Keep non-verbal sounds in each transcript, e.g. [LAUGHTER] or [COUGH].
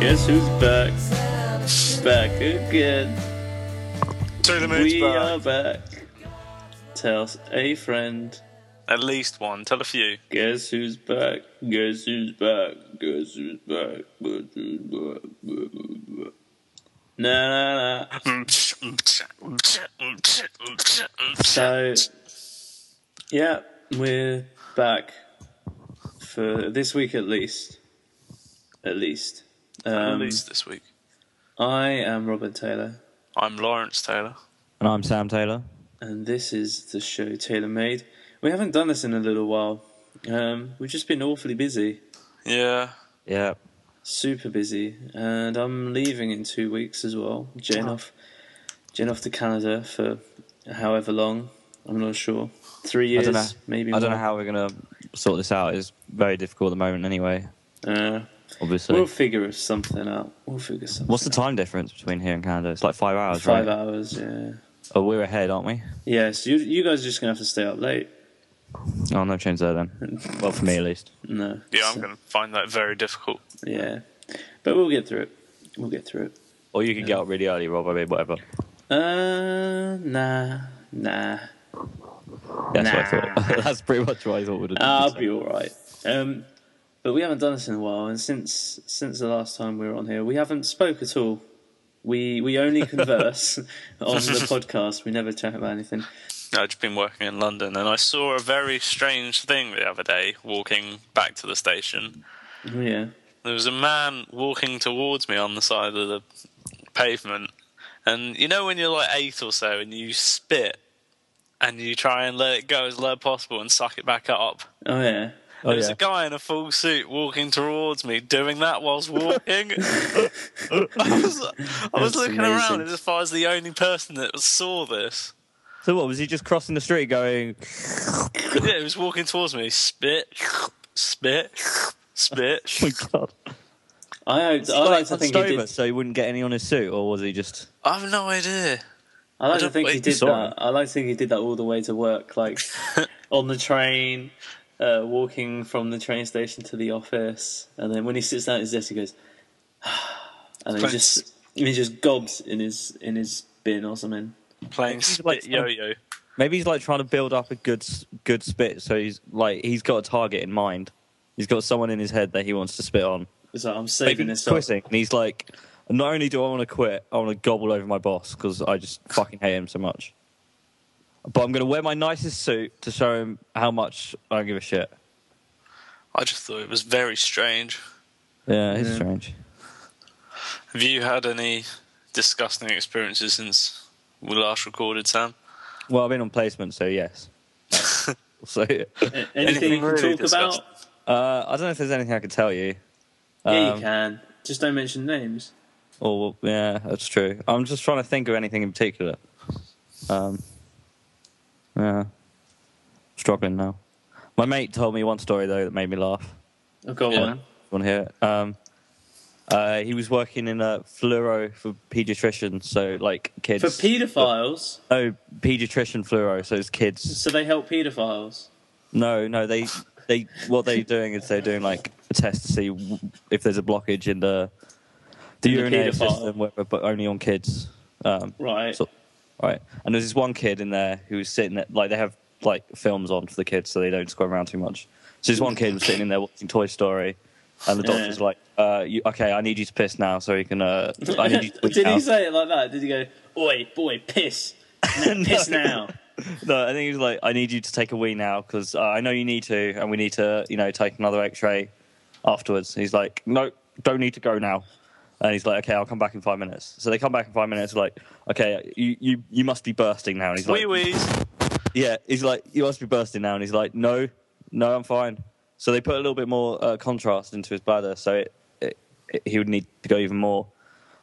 Guess who's back? Back again. To the moon's We um, are back. back. Tell a friend. At least one. Tell a few. Guess who's back? Guess who's back? Guess who's back? Guess who's back? Blah, blah, blah. Nah, nah, nah. So, yeah, we're back for this week at least. At least. At Um, least this week. I am Robin Taylor, I'm Lawrence Taylor. And I'm Sam Taylor. and this is the show Taylor Made. We haven't done this in a little while. Um, we've just been awfully busy, Yeah. Yeah. super busy, and I'm leaving in two weeks as well. Oh. Jen off, Jen off to Canada for however long. I'm not sure. Three I years, don't know. maybe. I don't know more. how we're going to sort this out. It's very difficult at the moment, anyway, Uh, obviously. we'll figure something out. We'll figure something. What's the out. time difference between here and Canada? It's like five hours, Five right? hours. Yeah. Oh, we're ahead, aren't we? Yeah. So you you guys are just gonna have to stay up late. [LAUGHS] Oh, no change there then. well, for me at least. No. Yeah, So- I'm going to find that very difficult. Yeah. But we'll get through it. We'll get through it. Or you could get up really early, Rob. I mean, whatever. Uh, nah, nah. That's what I Nah. thought. [LAUGHS] That's pretty much what I thought would have I'll be all right. Um, but we haven't done this in a while, and since since the last time we were on here, we haven't spoke at all. We we only converse on the podcast. We never chat about anything. I've just been working in London and I saw a very strange thing the other day walking back to the station. Oh, Yeah. There was a man walking towards me on the side of the pavement. And you know when you're like eight or so and you spit and you try and let it go as low as possible and suck it back up? Oh yeah. Oh, There's yeah. a guy in a full suit walking towards me, doing that whilst [LAUGHS] walking. I was, I was That's looking amazing. around as if I was the only person that saw this. So what, was he just crossing the street going... Oh Yeah, he was walking towards me, spit, spit, spit. [LAUGHS] Oh, my God. I hoped, I Well, like he to think he hunched did. over so he wouldn't get any on his suit, or was he just... I have no idea. I like I to don't think he think did he saw that. him. I like to think he did that all the way to work, [LAUGHS] like on the train, uh, walking from the train station to the office, and then when he sits down at his desk, he goes, [SIGHS] and then he Thanks. just he just gobs in his in his bin or something. Playing He's spit like some- yo-yo. Maybe he's like trying to build up a good s- good spit, so he's like he's got a target in mind. He's got someone in his head that he wants to spit on. It's like I'm Maybe saving he's this up. quitting, and he's like, not only do I want to quit, I want to gobble over my boss because [LAUGHS] I just fucking hate him so much. But I'm gonna wear my nicest suit to show him how much I don't give a shit. I just thought it was very strange. Yeah, it's Yeah. strange. Have you had any disgusting experiences since we last recorded, Sam? Well, I've been on placement, so yes. [LAUGHS] so uh, A- Anything you can really talk about? disgusting. I don't know if there's anything I could tell you. yeah, Um, you can. Just don't mention names. Or yeah, that's true. I'm just trying to think of anything in particular. Um, yeah, struggling now. My mate told me one story though that made me laugh. Oh, go yeah. on. Want to hear it? Um, uh, he was working in a fluoro for pediatrician, so like kids. For paedophiles, no, pediatrician fluoro, so it's kids. so they help paedophiles. No, no, they they what they're doing is they're doing like a test to see w- if there's a blockage in the the In the urinary paedophile. system, whatever, but only on kids. Um, Right. so, right. And there's this one kid in there who was sitting there, like they have like films on for the kids so they don't squirm around too much. So this one kid was sitting in there watching Toy Story, and the Yeah. doctor's like, uh, you, "Okay, I need you to piss now, so you can. Uh, I need you to [LAUGHS] piss Did now." [LAUGHS] he say it like that? Did he go, "Oi, boy, piss, Now, piss No. now"? no, I think he was like, "I need you to take a wee now because uh, I know you need to, and we need to, you know, take another X-ray afterwards." And he's like, "No, don't need to go now." And he's like, "Okay, I'll come back in five minutes." So they come back in five minutes. Like, "Okay, you you, you must be bursting now." And he's like, Wee wees. Yeah, he's like, you must be bursting now. And he's like, no, no, I'm fine. So they put a little bit more uh, contrast into his bladder, so it, it, it, he would need to go even more.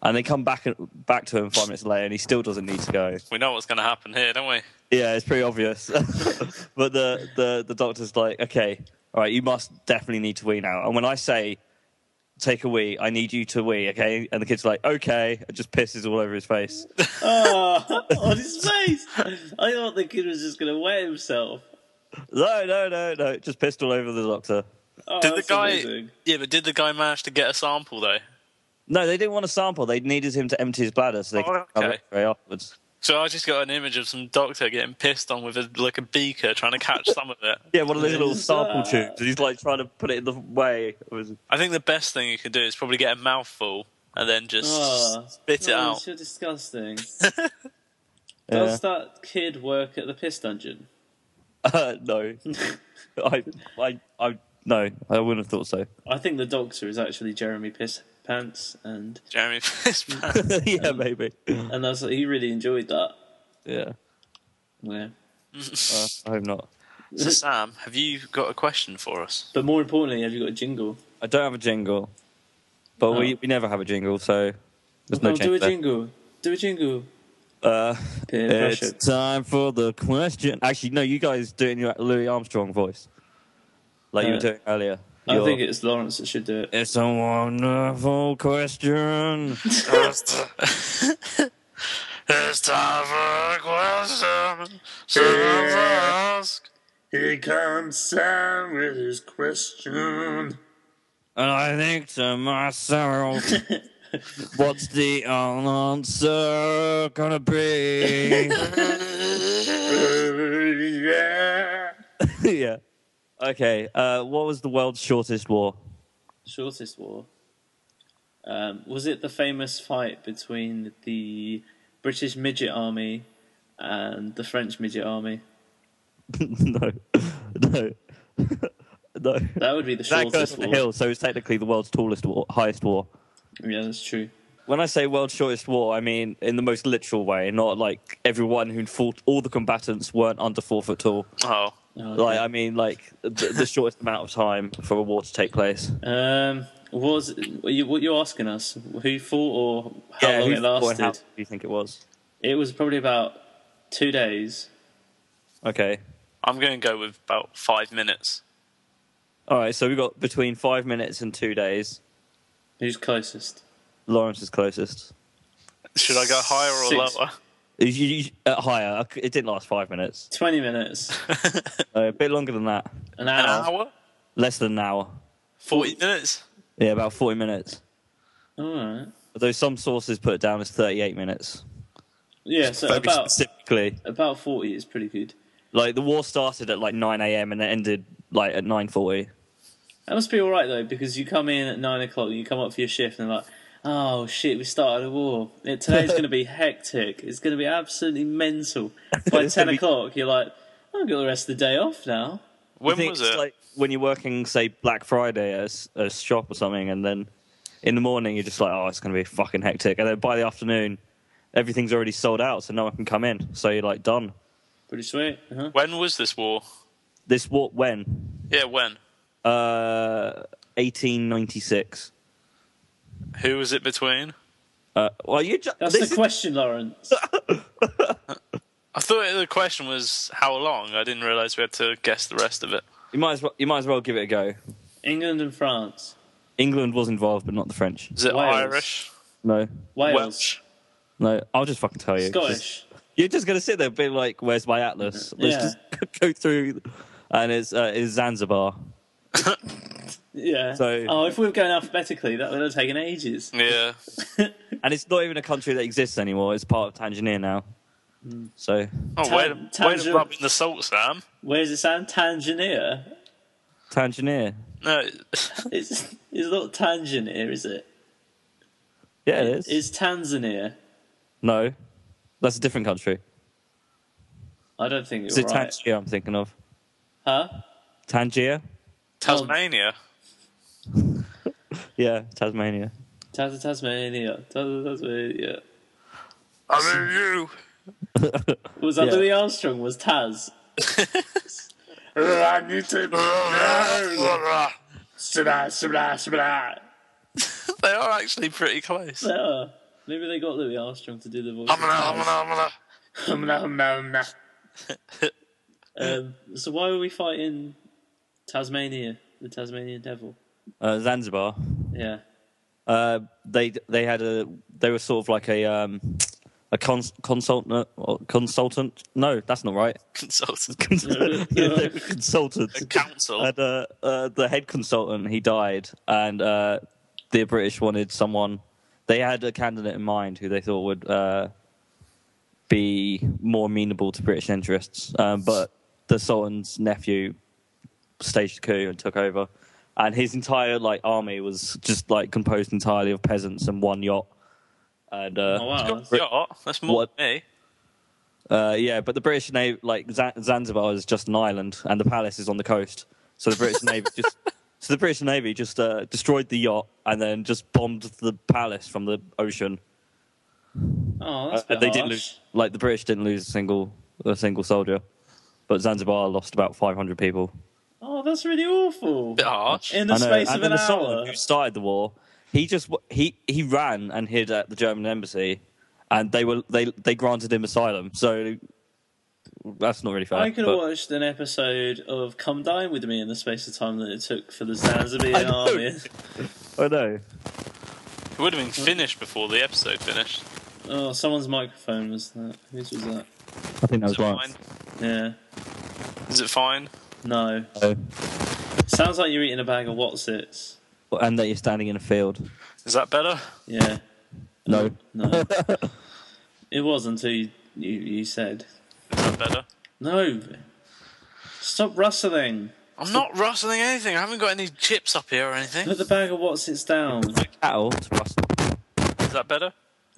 And they come back back to him five minutes later, and he still doesn't need to go. [LAUGHS] We know what's going to happen here, don't we? Yeah, it's pretty obvious. [LAUGHS] but the, the, the doctor's like, okay, all right, you must definitely need to wee now. And when I say take a wee, I need you to wee, okay? And the kid's like, okay, and just pisses all over his face. oh, [LAUGHS] on his face. I thought the kid was just going to wet himself. no, no, no, no, just pissed all over the doctor. Oh, Did the that's guy? amazing. Yeah, but did the guy manage to get a sample though? No, they didn't want a sample. They needed him to empty his bladder so they Oh, could have okay. it right afterwards. So I just got an image of some doctor getting pissed on with a, like a beaker trying to catch some of it. Yeah, one of those little Yes. sample tubes. He's like trying to put it in the way. It was- I think the best thing you can do is probably get a mouthful and then just Oh, spit it oh, out. You're disgusting. Yeah. Does that kid work at the piss dungeon? [LAUGHS] Uh, [LAUGHS] no, I, I, I, no, I wouldn't have thought so. [LAUGHS] I think the doctor is actually Jeremy Piss Pants, and [LAUGHS] Jeremy [LAUGHS] Pissman. yeah, maybe. and that's he really enjoyed that. Yeah, Yeah. uh, I hope not. so Sam, have you got a question for us? But more importantly, have you got a jingle? I don't have a jingle, but we, Oh. we never have a jingle, so there's no oh, do a change there. jingle. Do a jingle. Uh, Peer pressure. it's time for the question. Actually, no, you guys do it in your Louis Armstrong voice, like you Uh, were doing earlier. I Your- think it's Lawrence that should do it. it's a wonderful question. it's time for a question. Someone's asked. Here comes Sam with his question. And I think to myself, [LAUGHS] what's the answer gonna be? yeah. [LAUGHS] yeah. Okay. Uh, what was the world's shortest war? [LAUGHS] Shortest war. Um, was it the famous fight between the British midget army and the French midget army? no. [LAUGHS] no. no. That would be the That goes shortest on the war. hill, so it's technically the world's tallest war, highest war. Yeah, that's true. When I say world's shortest war, I mean in the most literal way, not like everyone who fought, all the combatants weren't under four foot tall. [LAUGHS] Oh, Oh, okay. Like, I mean, like the, the shortest amount of time for a war to take place. Um, was were you, what you're asking us? Who fought or how long who it fought lasted? and How long do you think it was? It was probably about two days. Okay. I'm going to go with about five minutes. All right. So we got between five minutes and two days. Who's closest? Lawrence is closest. Should I go higher or Six. lower? You- you- At higher, it didn't last five minutes. Twenty minutes, Uh, a bit longer than that. an [LAUGHS] An hour. hour? Less than an hour. 40 minutes? Yeah, about 40 minutes. All right. Although some sources put it down as 38 minutes. Yeah, so Very about specifically. about forty is pretty good. Like, the war started at like 9 a.m. and it ended like at 9.40. That must be all right though, because you come in at nine o'clock, you come up for your shift, and they're like, "Oh shit, we started a war. It, today's going to [LAUGHS] be hectic. It's going to be absolutely mental." By It's ten gonna be- o'clock, you're like, "I've got the rest of the day off now." When think was it's it? Like when you're working, say, Black Friday at a s- a, shop or something, and then in the morning you're just like, oh, it's going to be fucking hectic. And then by the afternoon, everything's already sold out, so no one can come in. So you're like, done. Pretty sweet. Uh-huh. when was this war? This war, when? Yeah, when? Uh, 1896. Who was it between? Uh, well, you just. That's this the is- question, Lawrence. [LAUGHS] I thought the question was how long. I didn't realise we had to guess the rest of it. you, might as well, you might as well give it a go. England and France, England was involved, but not the French. Is it Wales. Irish? No. Wales, Welsh? No, I'll just fucking tell you. Scottish. You're just gonna sit there and be like, "Where's my atlas?" Let's Yeah. just [LAUGHS] go through, and it's uh, it's Zanzibar. Yeah. So- oh, if we were going alphabetically, that would have taken ages. [LAUGHS] Yeah. And it's not even a country that exists anymore. It's part of Tanzania now. Hmm. So Oh, Tan- way to, way Tangier- to rub in the salt, Sam. Where's it sound? Tangier. Tanzania, No, [LAUGHS] It's it's not Tangier, is it? yeah, it is. It's Tanzania. no, that's a different country. I don't think Is you're it right. Tangier? I'm thinking of huh? Tangier. Tasmania. Yeah, Tasmania. Tas- Tasmania. Tas- Tasmania. I mean you. Was that Yeah. Louis Armstrong? Was Taz? I need to burn. Sabah, sabah, sabah. [LAUGHS] they are actually pretty close. Yeah. Maybe they got Louis Armstrong to do the voice. of Humna, humna, Taz. humna. Humna, humna, humna. [LAUGHS] Um, so why were we fighting Tasmania, the Tasmanian devil? Uh, Zanzibar. Yeah. Uh, they they had a they were sort of like a um, a cons- consultant. or Consultant? No, that's not right. Consultant. [LAUGHS] Yeah, consultant. A council. And, uh, uh, the head consultant, he died, and uh, the British wanted someone. They had a candidate in mind who they thought would uh, be more amenable to British interests, um, but the Sultan's nephew staged a coup and took over, and his entire like army was just like composed entirely of peasants and one yacht. And uh, Oh, wow. Yeah, that's more What? than me. uh, yeah, but the British Navy, like Za- Zanzibar, is just an island, and the palace is on the coast. So the [LAUGHS] British Navy just, so the British Navy just uh, destroyed the yacht and then just bombed the palace from the ocean. Oh, that's a Uh, bit they didn't harsh. lose, like the British didn't lose a single a single soldier, but Zanzibar lost about 500 people. Oh, that's really awful. Bit harsh. In the I know. space and of then an the Sultan hour. who started the war, he just w- he he ran and hid at the German embassy, and they were they they granted him asylum. So that's not really fair. I could have but- watched an episode of Come Dine with Me in the space of time that it took for the Zanzibar [LAUGHS] I know. army. I know. It would have been finished before the episode finished. Oh, someone's microphone was that. Whose was that? I think that Is it fine? Yeah. Is it fine? No. Sounds like you're eating a bag of Watsits. And that you're standing in a field. Is that better? Yeah. No. [LAUGHS] No. it was until you, you, you said. Is that better? No. Stop rustling. I'm not rustling anything. I haven't got any chips up here or anything. Put the bag of Watsits down. Cattle to rustle. Is that better?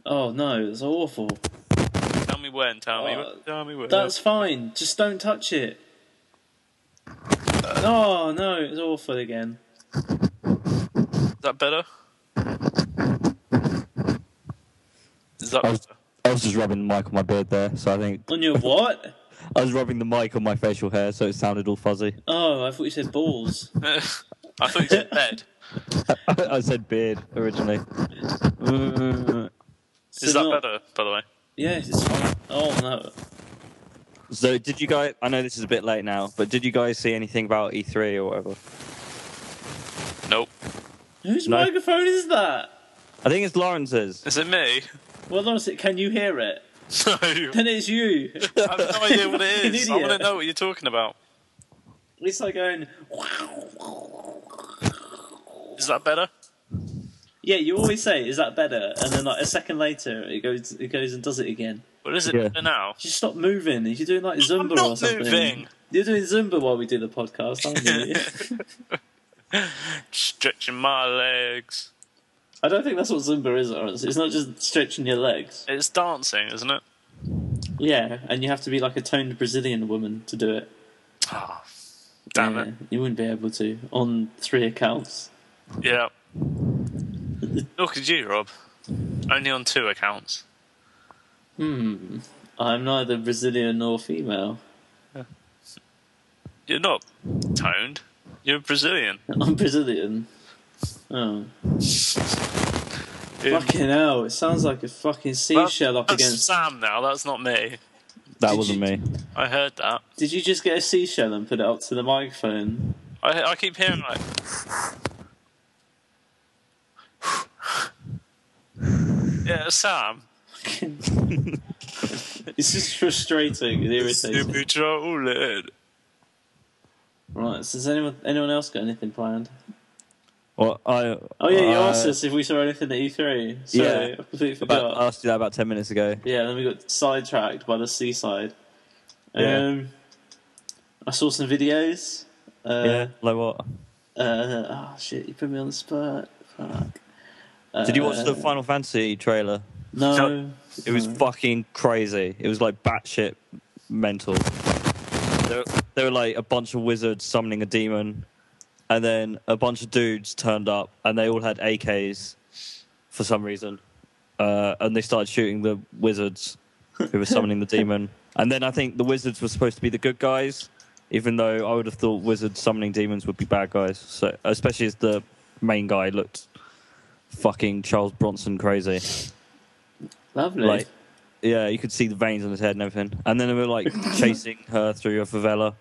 Oh, no. It's awful. Tell me when. Tell me. Uh, when, tell me when. That's fine. Just don't touch it. Oh, no. It's awful again. Is that better? Is that I was, I was just rubbing the mic on my beard there, so I think On your what? I was rubbing the mic on my facial hair, so it sounded all fuzzy. [LAUGHS] Oh, I thought you said balls. [LAUGHS] I thought you said bed. I said beard [LAUGHS] originally. Is So that not- better, by the way? Yeah, it's fine. Oh, no. So did you guys? I know this is a bit late now, but did you guys see anything about E3 or whatever? Nope. Whose No. microphone is that? I think it's Lawrence's. Is it me? [LAUGHS] Well, honestly, can you hear it? No. I Then it's [LAUGHS] you. have no idea You're [LAUGHS] an what it is. I want to idiot. know what you're talking about. It's like going. Is that better? Yeah, you always say, "Is that better?" And then like a second later, it goes, it goes and does it again. What is it Yeah. better now? Just stop moving. You're doing like Zumba not or something. moving. You're doing Zumba while we do the podcast, aren't [LAUGHS] you? Stretching my legs. I don't think that's what Zumba is, honestly. It's not just stretching your legs. It's dancing, isn't it? Yeah, and you have to be like a toned Brazilian woman to do it. Oh, damn yeah, it. You wouldn't be able to on three accounts. Yeah. Look at you, Rob. Only on two accounts. Hmm. I'm neither Brazilian nor female. [LAUGHS] You're not toned. You're Brazilian. I'm Brazilian. Oh. Um, Fucking hell, it sounds like a fucking seashell up that's against. Sam now. That's not me. That Did wasn't you- me. I heard that. Did you just get a seashell and put it up to the microphone? [LAUGHS] I I keep hearing like. [SIGHS] yeah, Sam. It's just frustrating and irritating. Super trolling. Right, so has anyone, anyone else got anything planned? Well, I. Oh, yeah, you uh, asked us if we saw anything at E3. Sorry, Yeah. uh, I completely forgot. About, I asked you that about ten minutes ago. Yeah, then we got sidetracked by the seaside. Yeah. Um, I saw some videos. Uh, yeah. Like what? Uh, oh shit! You put me on the spot. Fuck. Did you watch the Uh, Final Fantasy trailer? No. No. It was fucking crazy. It was like batshit mental. There, there were like a bunch of wizards summoning a demon, and then a bunch of dudes turned up, and they all had AKs for some reason, uh, and they started shooting the wizards who were summoning the demon. And then I think the wizards were supposed to be the good guys, even though I would have thought wizards summoning demons would be bad guys. So especially as the main guy looked fucking Charles Bronson crazy. Lovely. Like, yeah, you could see the veins on his head and everything. And then they [LAUGHS] were like chasing her through a favela,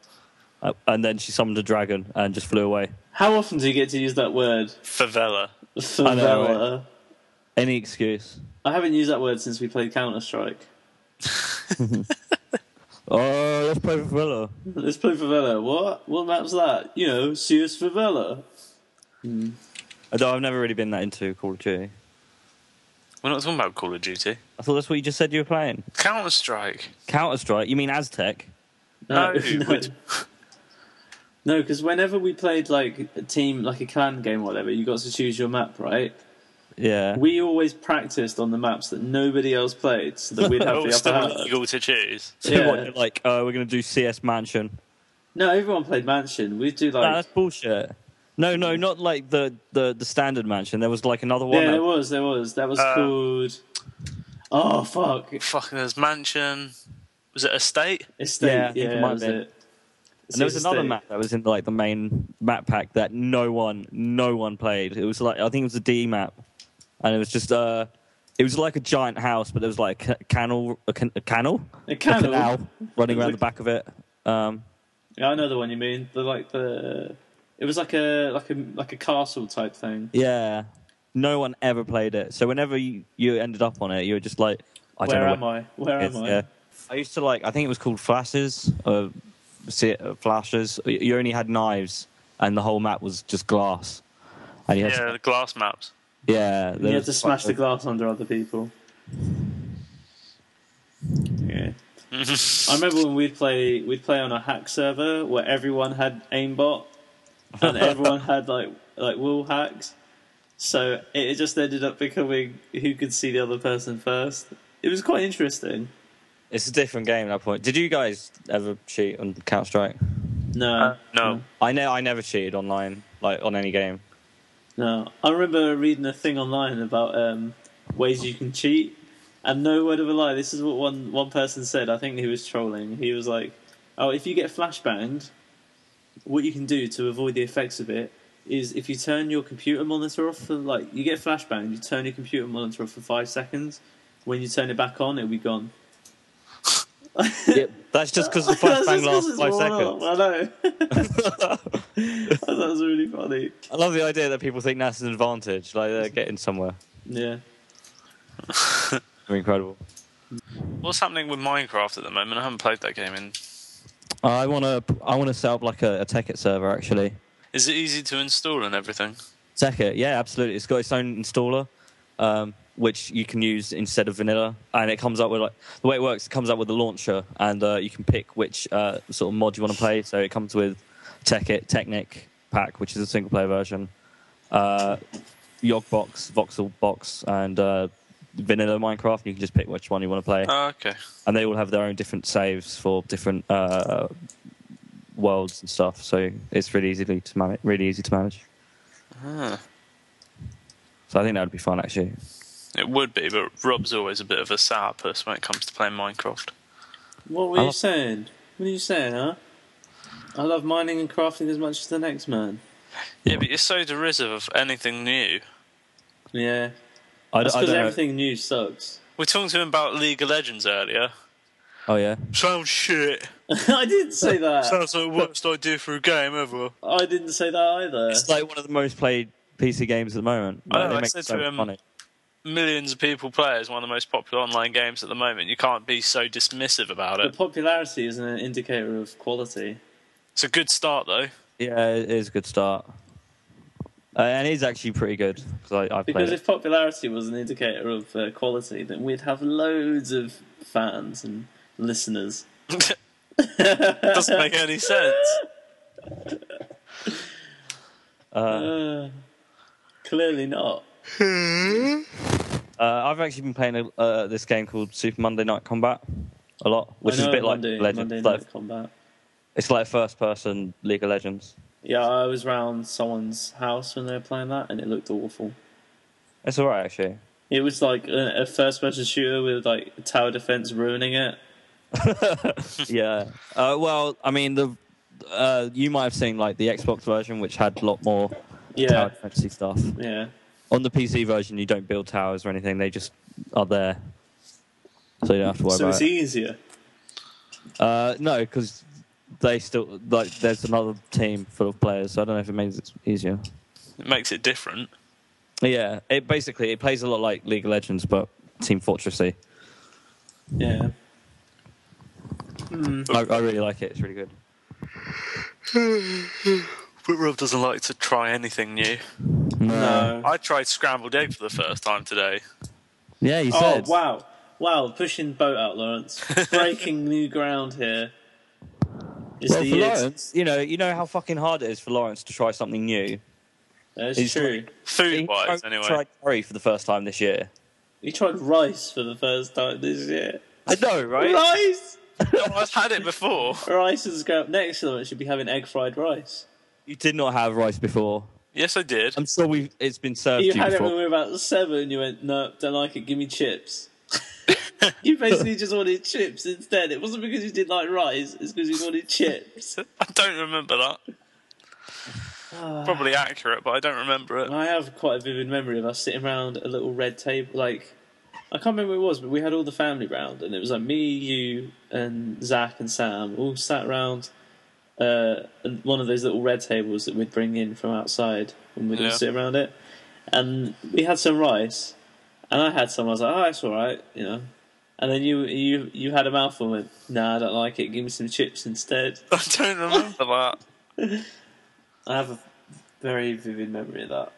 Uh, and then she summoned a dragon and just flew away. How often do you get to use that word? Favela. Favela. know, Any excuse. I haven't used that word since we played Counter Strike. Oh, let's play Favela. Let's play Favela. What? What map's that? You know, Sears Favela. Although I've never really been that into Call of Duty. We're not talking about Call of Duty. I thought that's what you just said you were playing. Counter Strike. Counter Strike. You mean Aztec? No, No, [LAUGHS] no. we'd- No, because whenever we played like a team, like a clan game, or whatever, you got to choose your map, right? Yeah. We always practiced on the maps that nobody else played, so [LAUGHS] that we'd have Oh, the it's upper still hand. legal to choose. yeah. What, like, uh, we're going to do CS Mansion. No, everyone played Mansion. We'd do Nah, like that's bullshit. No, no, not like the, the, the standard mansion. There was like another one. yeah, that- there was, there was. That was Uh, called. Oh fuck! Fucking there's mansion. Was it estate? Estate. Yeah, I Yeah, think it might that was have been. it. and there was Sears another Estate. map that was in like the main map pack that no one, no one played. It was like I think it was a D map, and it was just uh, it was like a giant house, but there was like a canal, a, can- a canal, A canal. canal running around the back of it. Um, Yeah, I know the one you mean. The like the. It was like a like a like a castle type thing. yeah, no one ever played it. So whenever you, you ended up on it, you were just like, I don't Where know am I? Where am It's- I? yeah. I used to like. I think it was called flashes. Uh, see, uh, flashes. Y- You only had knives, and the whole map was just glass. And you had Yeah, to- the glass maps. yeah. there You had was to like smash a- the glass under other people. Yeah. I remember when we'd play we'd play on a hack server where everyone had aimbot [LAUGHS] and everyone had like like wall hacks. So it just ended up becoming who could see the other person first. It was quite interesting. It's a different game at that point. Did you guys ever cheat on Counter Strike? No. Uh, Hmm. No. I know I never cheated online, like on any [LAUGHS] game. No, I remember reading a thing online about um, ways you can cheat, and no word of a lie, this is what one one person said. I think he was trolling. He was like, "Oh, if you get flashbanged, what you can do to avoid the effects of it is if you turn your computer monitor off for like you get flashbanged, you turn your computer monitor off for five seconds. When you turn it back on, it'll be gone." That's just because the [LAUGHS] That's just flashbang 'cause lasts it's five worn off, seconds. I know. [LAUGHS] I thought it was really funny. [LAUGHS] I love the idea that people think that's an advantage, like they're getting somewhere. Yeah. Incredible. What's happening with Minecraft at the moment? I haven't played that game in. I wanna, I wanna set up like a, a Tekkit server actually. Is it easy to install and everything? Zeka, yeah, absolutely. It's got its own installer, um, which you can use instead of vanilla, and it comes up with like the way it works. It comes up with a launcher, and uh, you can pick which uh, sort of mod you want to play. So it comes with Tekkit Technic Pack, which is a single player version, uh, Yogbox, Voxel Box, and uh, vanilla Minecraft. You can just pick which one you want to play, Oh, okay. and they all have their own different saves for different uh, worlds and stuff. So it's really easy to manage. Really easy to manage. Ah. So I think that would be fun actually. It would be, but Rob's always a bit of a sourpuss when it comes to playing Minecraft. What were I you love- saying? What are you saying, huh? I love mining and crafting as much as the next man. Yeah, but you're so derisive of anything new. Yeah, I, d- that's I because don't know. everything new sucks. [LAUGHS] We talked to him about League of Legends earlier. Oh yeah. Sounds shit. I didn't [LAUGHS] say that. Sounds like the worst idea for a game ever. I didn't say that either. It's like one of the most played PC games at the moment. I know, Like, they Oh, I make said so to much him- money. Millions of people play is one of the most popular online games at the moment. You can't be so dismissive about But it. popularity isn't an indicator of quality. It's a good start, though. Yeah, it is a good start. Uh, and it is actually pretty good because I, I played Because it. if popularity was an indicator of uh, quality, then we'd have loads of fans and listeners. [LAUGHS] Doesn't make any sense. Uh, Uh, clearly not. uh, I've actually been playing a, uh, this game called Super Monday Night Combat a lot, which I is a know bit like Monday, Legends. Monday It's like, Night Combat. it's like first person League of Legends. Yeah, I was round someone's house when they were playing that, and it looked awful. It's alright [LAUGHS] actually. It was like a, a first-person shooter with like tower defense ruining it. yeah. Uh, well, I mean the. Uh, you might have seen like the Xbox version, which had a lot more tower Yeah, fantasy stuff. yeah. On the PC version, you don't build towers or anything; they just are there, so you don't have to worry So about it's it. easier. Uh, no, because they still like there's another team full of players, so I don't know if it makes it easier. It makes it different. Yeah, it basically it plays a lot like League of Legends, but Team Fortressy. Yeah. I, I really like it. It's really good. But Rob doesn't like to try anything new. Mm. No. I tried scrambled egg for the first time today. Yeah, you Oh said. wow, wow! Pushing boat out, Lawrence. Breaking new ground here. It's Well, the for year- Lawrence, you know, you know how fucking hard it is for Lawrence to try something new. That's it's true. He Food wise, tried- anyway. tried curry for the first time this year. He tried rice for the first time this year. I know, right? Rice, No, Oh, I've had it before. rice is go next to them. It should be having egg fried rice. You did not have rice before. Yes, I did. I'm sure we it's been served You to you had it before. when we were about seven. You went, no, don't like it. Give me chips. [LAUGHS] you basically just wanted chips instead. It wasn't because you didn't like rice. It's because you wanted chips. [LAUGHS] I don't remember that. Probably accurate, but I don't remember it. [LAUGHS] I have quite a vivid memory of us sitting around a little red table. Like, I can't remember who it was, but we had all the family round, and it was like me, you, and Zach and Sam all sat round uh, one of those little red tables that we'd bring in from outside, and we'd all Yeah. sit around it. And we had some rice, and I had some. I was like, "Oh, that's all right," you know. And then you you you had a mouthful. and went, "Nah, I don't like it. Give me some chips instead." I don't remember that. I have a very vivid memory of that.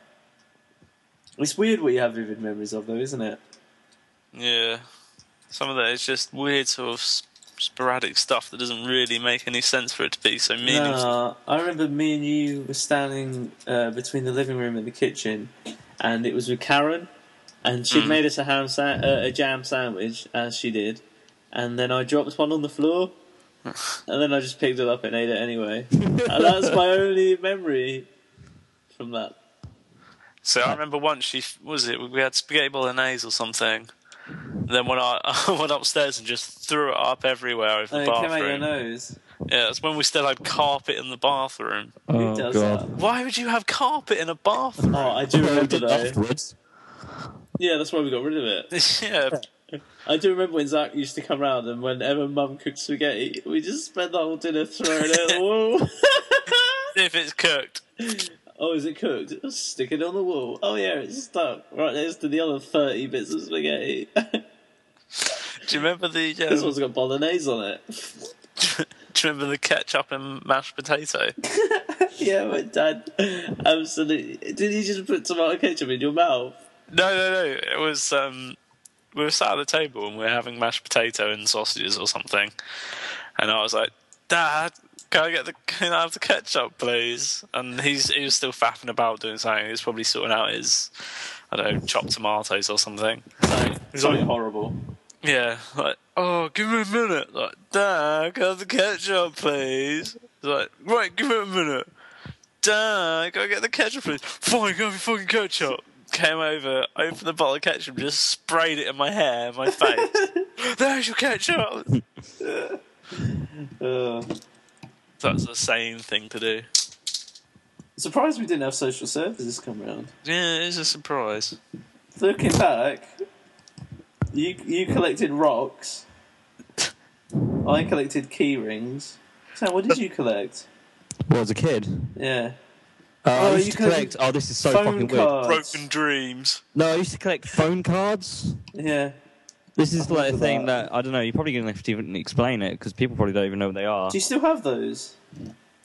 It's weird what you have vivid memories of, though, isn't it? Yeah. Some of that is just weird, sort of s- sporadic stuff that doesn't really make any sense for it to be so meaningful. Nah, I remember me and you were standing uh, between the living room and the kitchen, and it was with Karen, and Hmm. she'd made us a ham sa- uh, a jam sandwich as she did, and then I dropped one on the [LAUGHS] floor, and then I just picked it up and ate it anyway. [LAUGHS] and Oh, that's my only memory from that. So I remember once she f- was it we had spaghetti bolognese or something. Then when I, I [LAUGHS] went upstairs and just threw it up everywhere over And the it came out your bathroom. nose. yeah, that's when we still had carpet in the bathroom. Who does that? Why would you have carpet in a bathroom? [LAUGHS] Oh, I do remember though. afterwards. Yeah, that's why we got rid of it. yeah, I do remember when Zach used to come round and whenever Mum cooked spaghetti, we just spent the whole dinner throwing it at the wall. [LAUGHS] if it's cooked. oh, is it cooked? Stick it on the wall. Oh yeah, it's stuck right next to the other thirty bits of spaghetti. [LAUGHS] Do you remember the? Uh, this one's got bolognese on it. [LAUGHS] [LAUGHS] do you remember the ketchup and mashed potato? yeah, my dad absolutely. Did he just put tomato ketchup in your mouth? No, no, no. It was um, we were sat at the table and we were having mashed potato and sausages or something, and I was like, "Dad, can I get the can I have the ketchup, please?" And he's he was still faffing about doing something. He was probably sorting out his I don't know chopped tomatoes or something. Sorry, Sorry. horrible. [LAUGHS] Yeah, like oh, give me a minute. Like, Dad, can I have the ketchup, please? He's like, right, give me a minute. Dad, can I get the ketchup, please? Fine, go for fucking ketchup. Came over, opened the bottle of ketchup, just sprayed it in my hair, my face. [LAUGHS] There's your ketchup. Uh, That's the same thing to do. surprised we didn't have social services come round. Yeah, it's a surprise. Looking back, you you collected rocks. I collected key rings. Sam, what did you collect? Well, as a kid, Yeah, uh, I Oh, used you to couldn't- collect. Oh, this is so phone fucking weird. cards. Broken dreams. No, I used to collect phone cards. Yeah, This is like a remember thing that. that I don't know. You're probably going to have to even explain it because people probably don't even know what they are. do you still have those?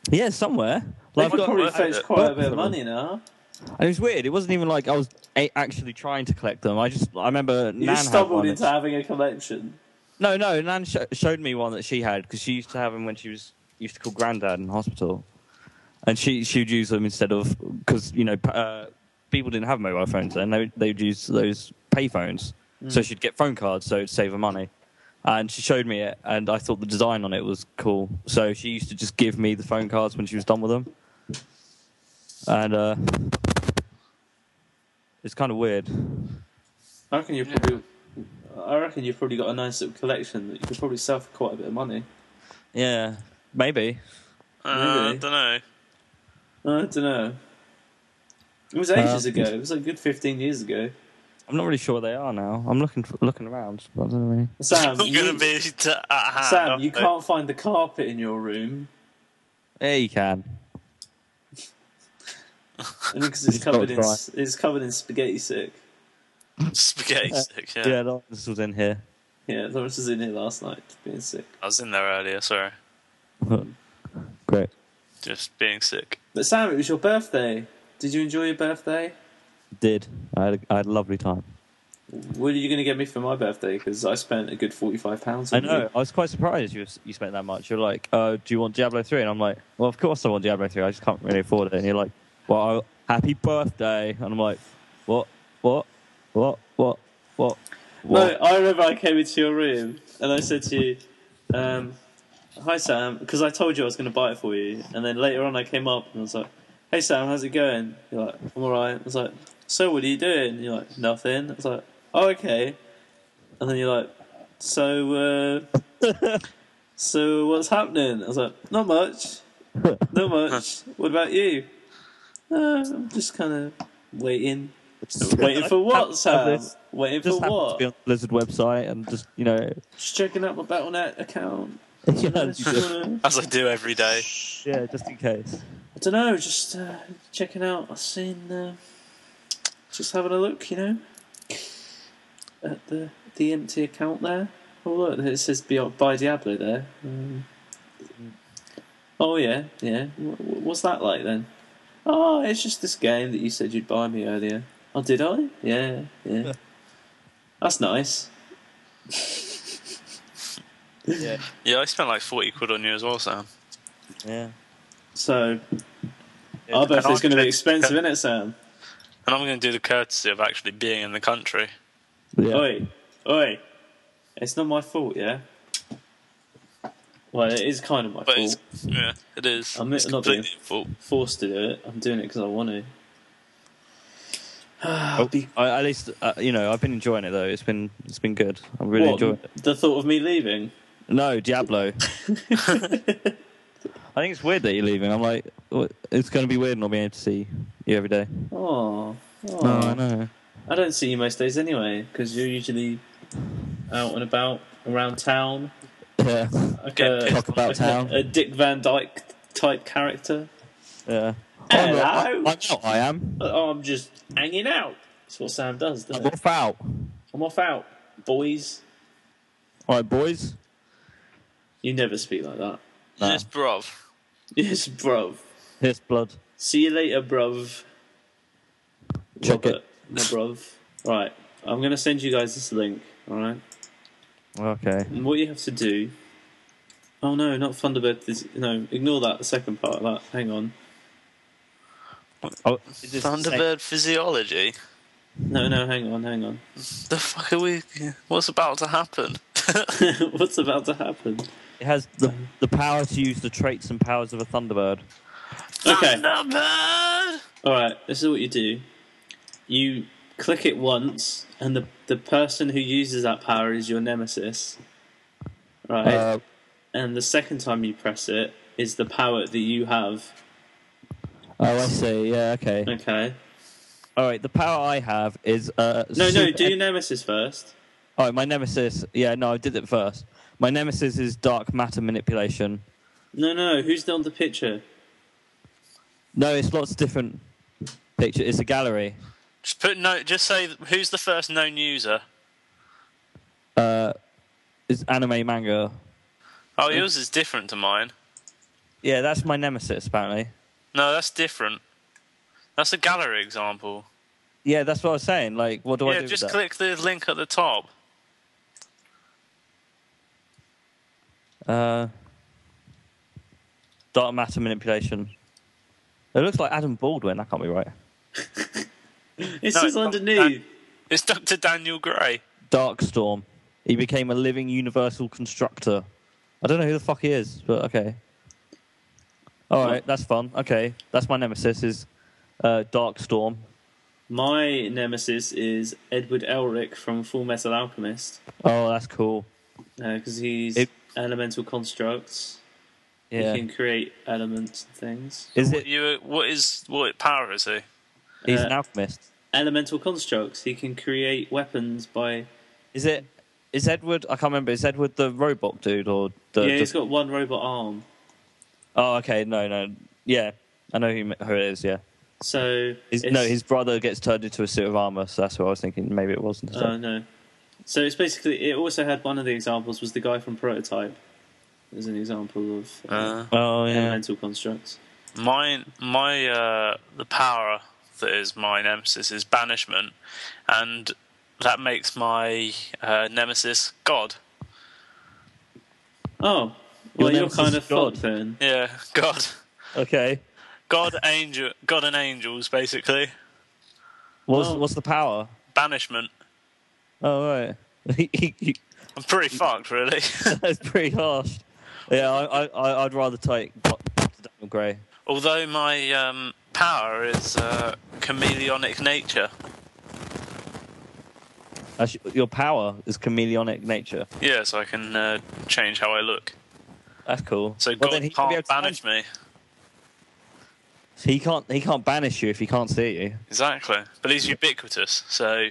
Yeah, somewhere. They Like, could I've got, probably I- fetch I- quite a bit of money now. and it was weird. It wasn't even like I was a- actually trying to collect them. I just I remember You Nan just had stumbled one. into that- having a collection. no, no. Nan sho showed me one that she had because she used to have them when she was used to call granddad in hospital, and she she would use them instead of because you know p- uh, people didn't have mobile phones then they they'd use those pay phones, so she'd get phone cards so it'd save her money. And she showed me it, and I thought the design on it was cool. So she used to just give me the phone cards when she was done with them. And uh, it's kind of weird. I reckon you probably, I reckon you've probably got a nice little collection that you could probably sell for quite a bit of money. Yeah, maybe. Uh, I Really? don't know. I don't know. It was ages Um, ago. It was like a good fifteen years ago. I'm not really sure where they are now. I'm looking for, looking around, but I don't know. [LAUGHS] Sam, Not you, gonna be to, at hand. Sam, are you they? can't find the carpet in your room. Yeah, you can. because it's [LAUGHS] He's got covered in dry. it's covered in spaghetti sick. Spaghetti Uh, stick, yeah. Yeah, Lawrence was in here. [LAUGHS] Yeah, Lawrence was in here last night being sick. I was in there earlier, sorry. Great. Just being sick. But Sam, it was your birthday. Did you enjoy your birthday? Did. I had a, I had a lovely time. What are you going to get me for my birthday? Because I spent a good forty-five pounds. I know. I was quite surprised you you spent that much. You're like, uh, do you want Diablo 3? And I'm like, well, of course I want Diablo 3. I just can't really afford it. And you're like, well, I- happy birthday. And I'm like, what? What? What? What? What? No, What? I remember I came into your room and I said to you, um, "Hi Sam," because I told you I was going to buy it for you. And then later on, I came up and I was like, "Hey Sam, how's it going?" You're like, "I'm all right." I was like, "So what are you doing?" You're like, "Nothing." I was like, "Oh okay." And then you're like, "So, uh, [LAUGHS] so what's happening?" I was like, "Not much, [LAUGHS] not much. What about you?" Uh, I'm just kind of [LAUGHS] waiting. Waiting for what, Sam? Waiting Just for happened what? to be on the Blizzard website and just, you know. just checking out my Battle.net account. yeah, Just just- wanna- As I do every day. yeah, just in case. I don't know, just uh, checking out. I've seen, uh, just having a look, you know, at the the empty account there. Oh look, it says Be- by Diablo there. Um, oh yeah, yeah. Wh- wh- What's that like then? Oh, it's just this game that you said you'd buy me earlier. Oh, did I? Yeah, yeah. That's nice. Yeah. Yeah, I spent like 40 quid on you as well, Sam. Yeah. So Yeah, our and birthday's I- going to be expensive, isn't it, Sam? And I'm going to do the courtesy of actually being in the country. Yeah. Oi, oi! It's not my fault, yeah. Well, it is kind of my But fault. it's, yeah, it is. I'm it's not being- completely your fault. Forced to do it. I'm doing it because I want to. Oh, I, at least uh, you know I've been enjoying it though. It's been it's been good. I'm really What? enjoying it. The thought of me leaving. [LAUGHS] No, Diablo. I think it's weird that you're leaving. I'm like, what- it's going to be weird not being able to see you every day. Oh, oh. No, I know. I don't see you most days anyway because you're usually out and about around town. Yeah, Like [LAUGHS] Get a, pissed talk about like town. A, a Dick Van Dyke type character. Yeah. Hello. I'm not- I, I know I am. Oh, I'm just hanging out. That's what Sam does. I'm Doesn't it? off out. I'm off out, boys. All right, boys. You never speak like that. [LAUGHS] Nah. Just bruv. Yes, bruv. Here's blood. See you later, bruv. Check Robert, My bruv. Right. I'm going to send you guys this link. All right. it. Okay. And what you have to do. Oh no, not Thunderbird. This, no, ignore that. The second part of that. Hang on. Oh, it's just Thunderbird physiology? No, no, hang on, hang on. [LAUGHS] The fuck are we. What's about to [LAUGHS] happen? What's about to happen? It has the, the power to use the traits and powers of a Thunderbird. Okay. Thunderbird! All right. This is what you do. You click it once, and the the person who uses that power is your nemesis. Right. Uh, and the second time you press it is the power that you have. oh, I see. Yeah, okay. Okay. All right, the power I have is. Uh, No, no, super- do your nemesis first. Oh, my nemesis. Yeah, no, I did it first. My nemesis is dark matter manipulation. No, no, who's on the picture? No, it's lots of different pictures. It's a gallery. Just put no. Just say who's the first known user. Uh, it's anime manga. Oh, Hmm. yours is different to mine. Yeah, that's my nemesis apparently. No, that's different. That's a gallery example. Yeah, that's what I was saying. Like, what do I yeah, do? just with that? click the link at the top. Uh, dark matter manipulation. It looks like Adam Baldwin. That can't be right. This No, is it's not- underneath. It's Dr. Daniel Gray. Dark Storm. He became a living universal constructor. I don't know who the fuck he is, but okay. All right, that's fun. Okay, that's my nemesis is uh, Dark Storm. My nemesis is Edward Elric from Full Metal Alchemist Oh, that's cool. because he's It- elemental constructs. Yeah. He can create elements and things. Is What it? you? What is? What power is he? He's an uh, alchemist. Elemental constructs. He can create weapons by. Is it? Is Edward? I can't remember. Is Edward the robot dude or the? yeah, he's the- got one robot arm. oh, okay. No, no. Yeah, I know who, who it is. Yeah, So His, it's- no, his brother gets turned into a suit of armor, so that's what I was thinking. Maybe it wasn't. Oh no. So it's basically it also had one of the examples was the guy from Prototype. As an example of uh, Uh, oh yeah. elemental constructs. mine my uh the power that is my nemesis is banishment and that makes my uh, nemesis god Oh, well, Your you're nemesis kind is of fucked God. [LAUGHS] then. yeah [LAUGHS] god Okay. god angel god and angels basically What's Well- what's the power? banishment Oh right. [LAUGHS] i'm pretty Mm-hmm. fucked really [LAUGHS] that's pretty harsh. Yeah, I, I- I I'd rather take Daniel Gray. although my um power is uh chameleonic nature Actually, your power is chameleonic nature. yeah so i can uh, change how i look That's cool. so Well, god then he should be able can't to ban- banish me He can't. He can't banish you if he can't see you. exactly but he's ubiquitous so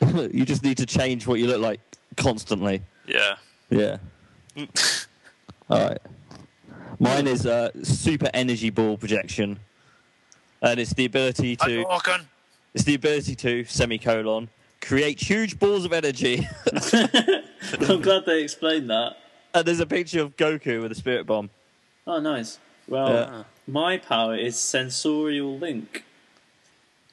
you [LAUGHS] just need to change what you look like constantly. yeah [LAUGHS] Yeah. All right. Mine is uh, super energy ball projection, and it's the ability I'm to walking. it's the ability to semicolon create huge balls of energy. [LAUGHS] I'm glad they explained that. and Uh, there's a picture of Goku with a spirit bomb. Oh, nice. Well, Yeah. my power is sensorial link,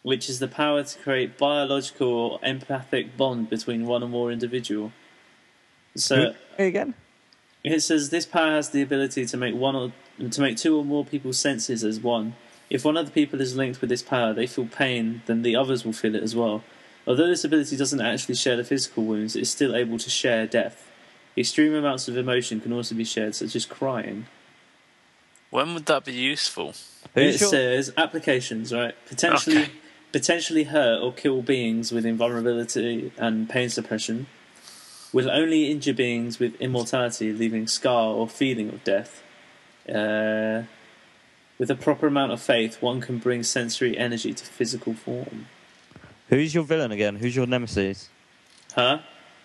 which is the power to create biological or empathic bond between one or more individual. So Hey again. It says this power has the ability to make one or to make two or more people's senses as one. If one of the people is linked with this power, they feel pain, then the others will feel it as well. Although this ability doesn't actually share the physical wounds, it is still able to share death. Extreme amounts of emotion can also be shared, such as crying. when would that be useful Are you it sure? says applications, right? Potentially Okay. potentially hurt or kill beings with invulnerability and pain suppression. Will only injure beings with immortality, leaving scar or feeling of death. Uh, with a proper amount of faith, one can bring sensory energy to physical form. Who's your villain again? Who's your nemesis? Huh?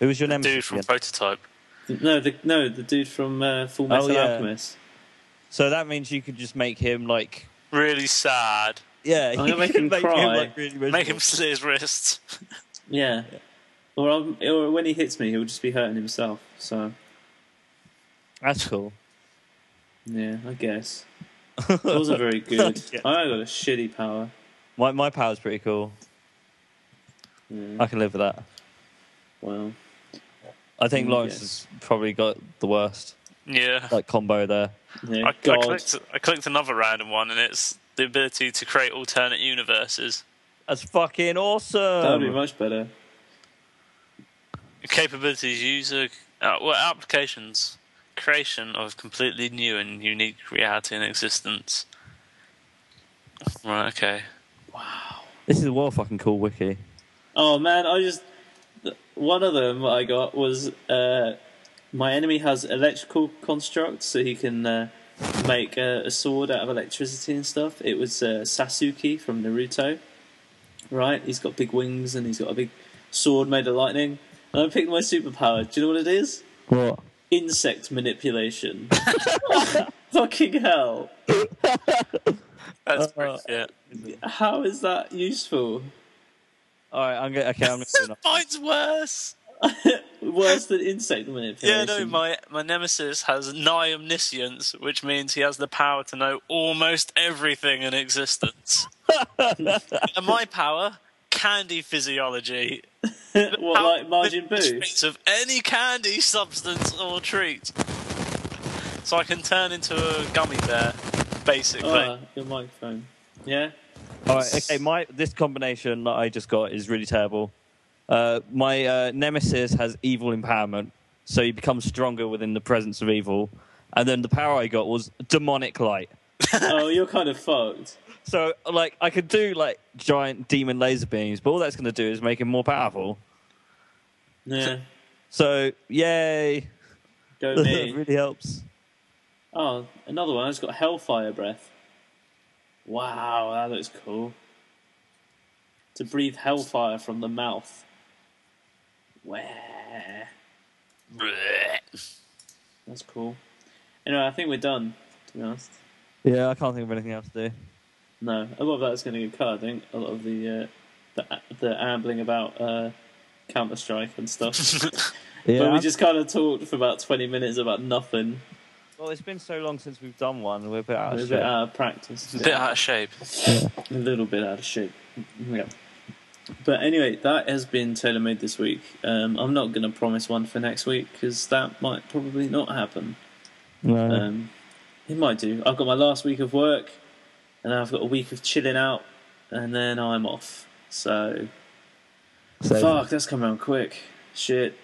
Who was your nemesis? dude from again? prototype No, the no, the dude from uh, Full Metal yeah. Alchemist. So that means you could just make him like really sad yeah. gonna [LAUGHS] you make could him cry. really Make miserable. him slit his wrists. Yeah. Or, I'll, or when he hits me, he'll just be hurting himself. So That's cool. yeah, I guess. It wasn't very good. Yeah. I got a shitty power. [LAUGHS] My my power's pretty cool. Yeah, I can live with that. well, I think Mm, Lawrence yes. has probably got the worst Yeah. like combo there. yeah, I, I, God. clicked, I clicked another random one, and it's the ability to create alternate universes. That's fucking That would be awesome. much better. Capabilities, user, uh, well, applications, creation of completely new and unique reality and existence. Right, okay. This is a well fucking cool wiki. Oh man, I just one of them I got was uh, my enemy has electrical constructs, so he can uh, make uh, a sword out of electricity and stuff. It was uh, Sasuke from Naruto, right? He's got big wings and he's got a big sword made of lightning. And I picked my superpower. Do you know what it is? What? Insect [LAUGHS] manipulation. [LAUGHS] Fucking hell! That's Uh, pretty, yeah. How is that useful? All right, I'm gonna okay. [LAUGHS] I'm gonna do another. Mine's worse. Worse than insect manipulation. Yeah, no, my, my nemesis has nigh omniscience, which means he has the power to know almost everything in [LAUGHS] existence. and my power, candy physiology. [LAUGHS] what, like [LAUGHS] Margin The Boo? traits of any candy substance or treat. So I can turn into a gummy bear, basically. Ah, your microphone. Yeah? All right, okay. My this combination that I just got is really terrible. Uh, my uh, nemesis has evil empowerment, so he becomes stronger within the presence of evil. And then the power I got was demonic light. oh, you're kind of fucked. So like I could do like giant demon laser beams, but all that's gonna do is make him more powerful. Yeah. So yay, [LAUGHS] Go it me. really helps. Oh, another one. It's got Hellfire Breath. Wow, that looks cool. To breathe hellfire from the mouth. Where? Blech. That's cool. Anyway, I think we're done, to be honest. Yeah, I can't think of anything else to do. No, a lot of that's going to get cut. I think a lot of the uh, the the ambling about uh, Counter Strike and stuff. Yeah, but we just kind of talked for about twenty minutes about nothing. well, it's been so long since we've done one. We're a bit out We're of a bit shape. out of [LAUGHS] practice. A bit out of shape. a little bit out of shape. Yeah. But anyway, that has been tailor made this week. Um, I'm not going to promise one for next week because that might probably not happen. No. Um, it might do. I've got my last week of work, and then I've got a week of chilling out, and then I'm off. So So- fuck, that's come around quick. Shit.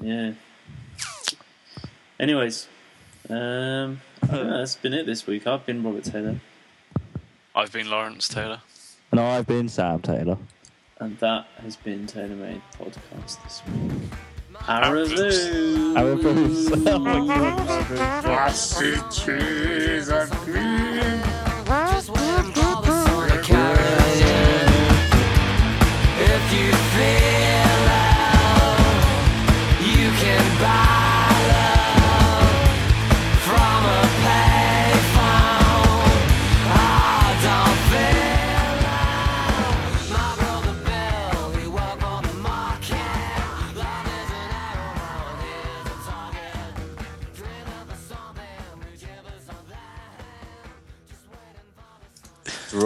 Yeah. Anyways, um, I think that's been it this week. I've been Robert Taylor, I've been Lawrence Taylor. And I've been Sam Taylor. and that has been Taylor Made podcast this week. Araboo. I [LAUGHS] will prove- oh my god. Sausage cheese and cream. Just one call is on the couch. If you feel love, you can buy love from a payphone. I don't feel love. My brother Bill, he work on the market. Love is an arrow, is a target. Dream of a something, whichever something. Just waiting for the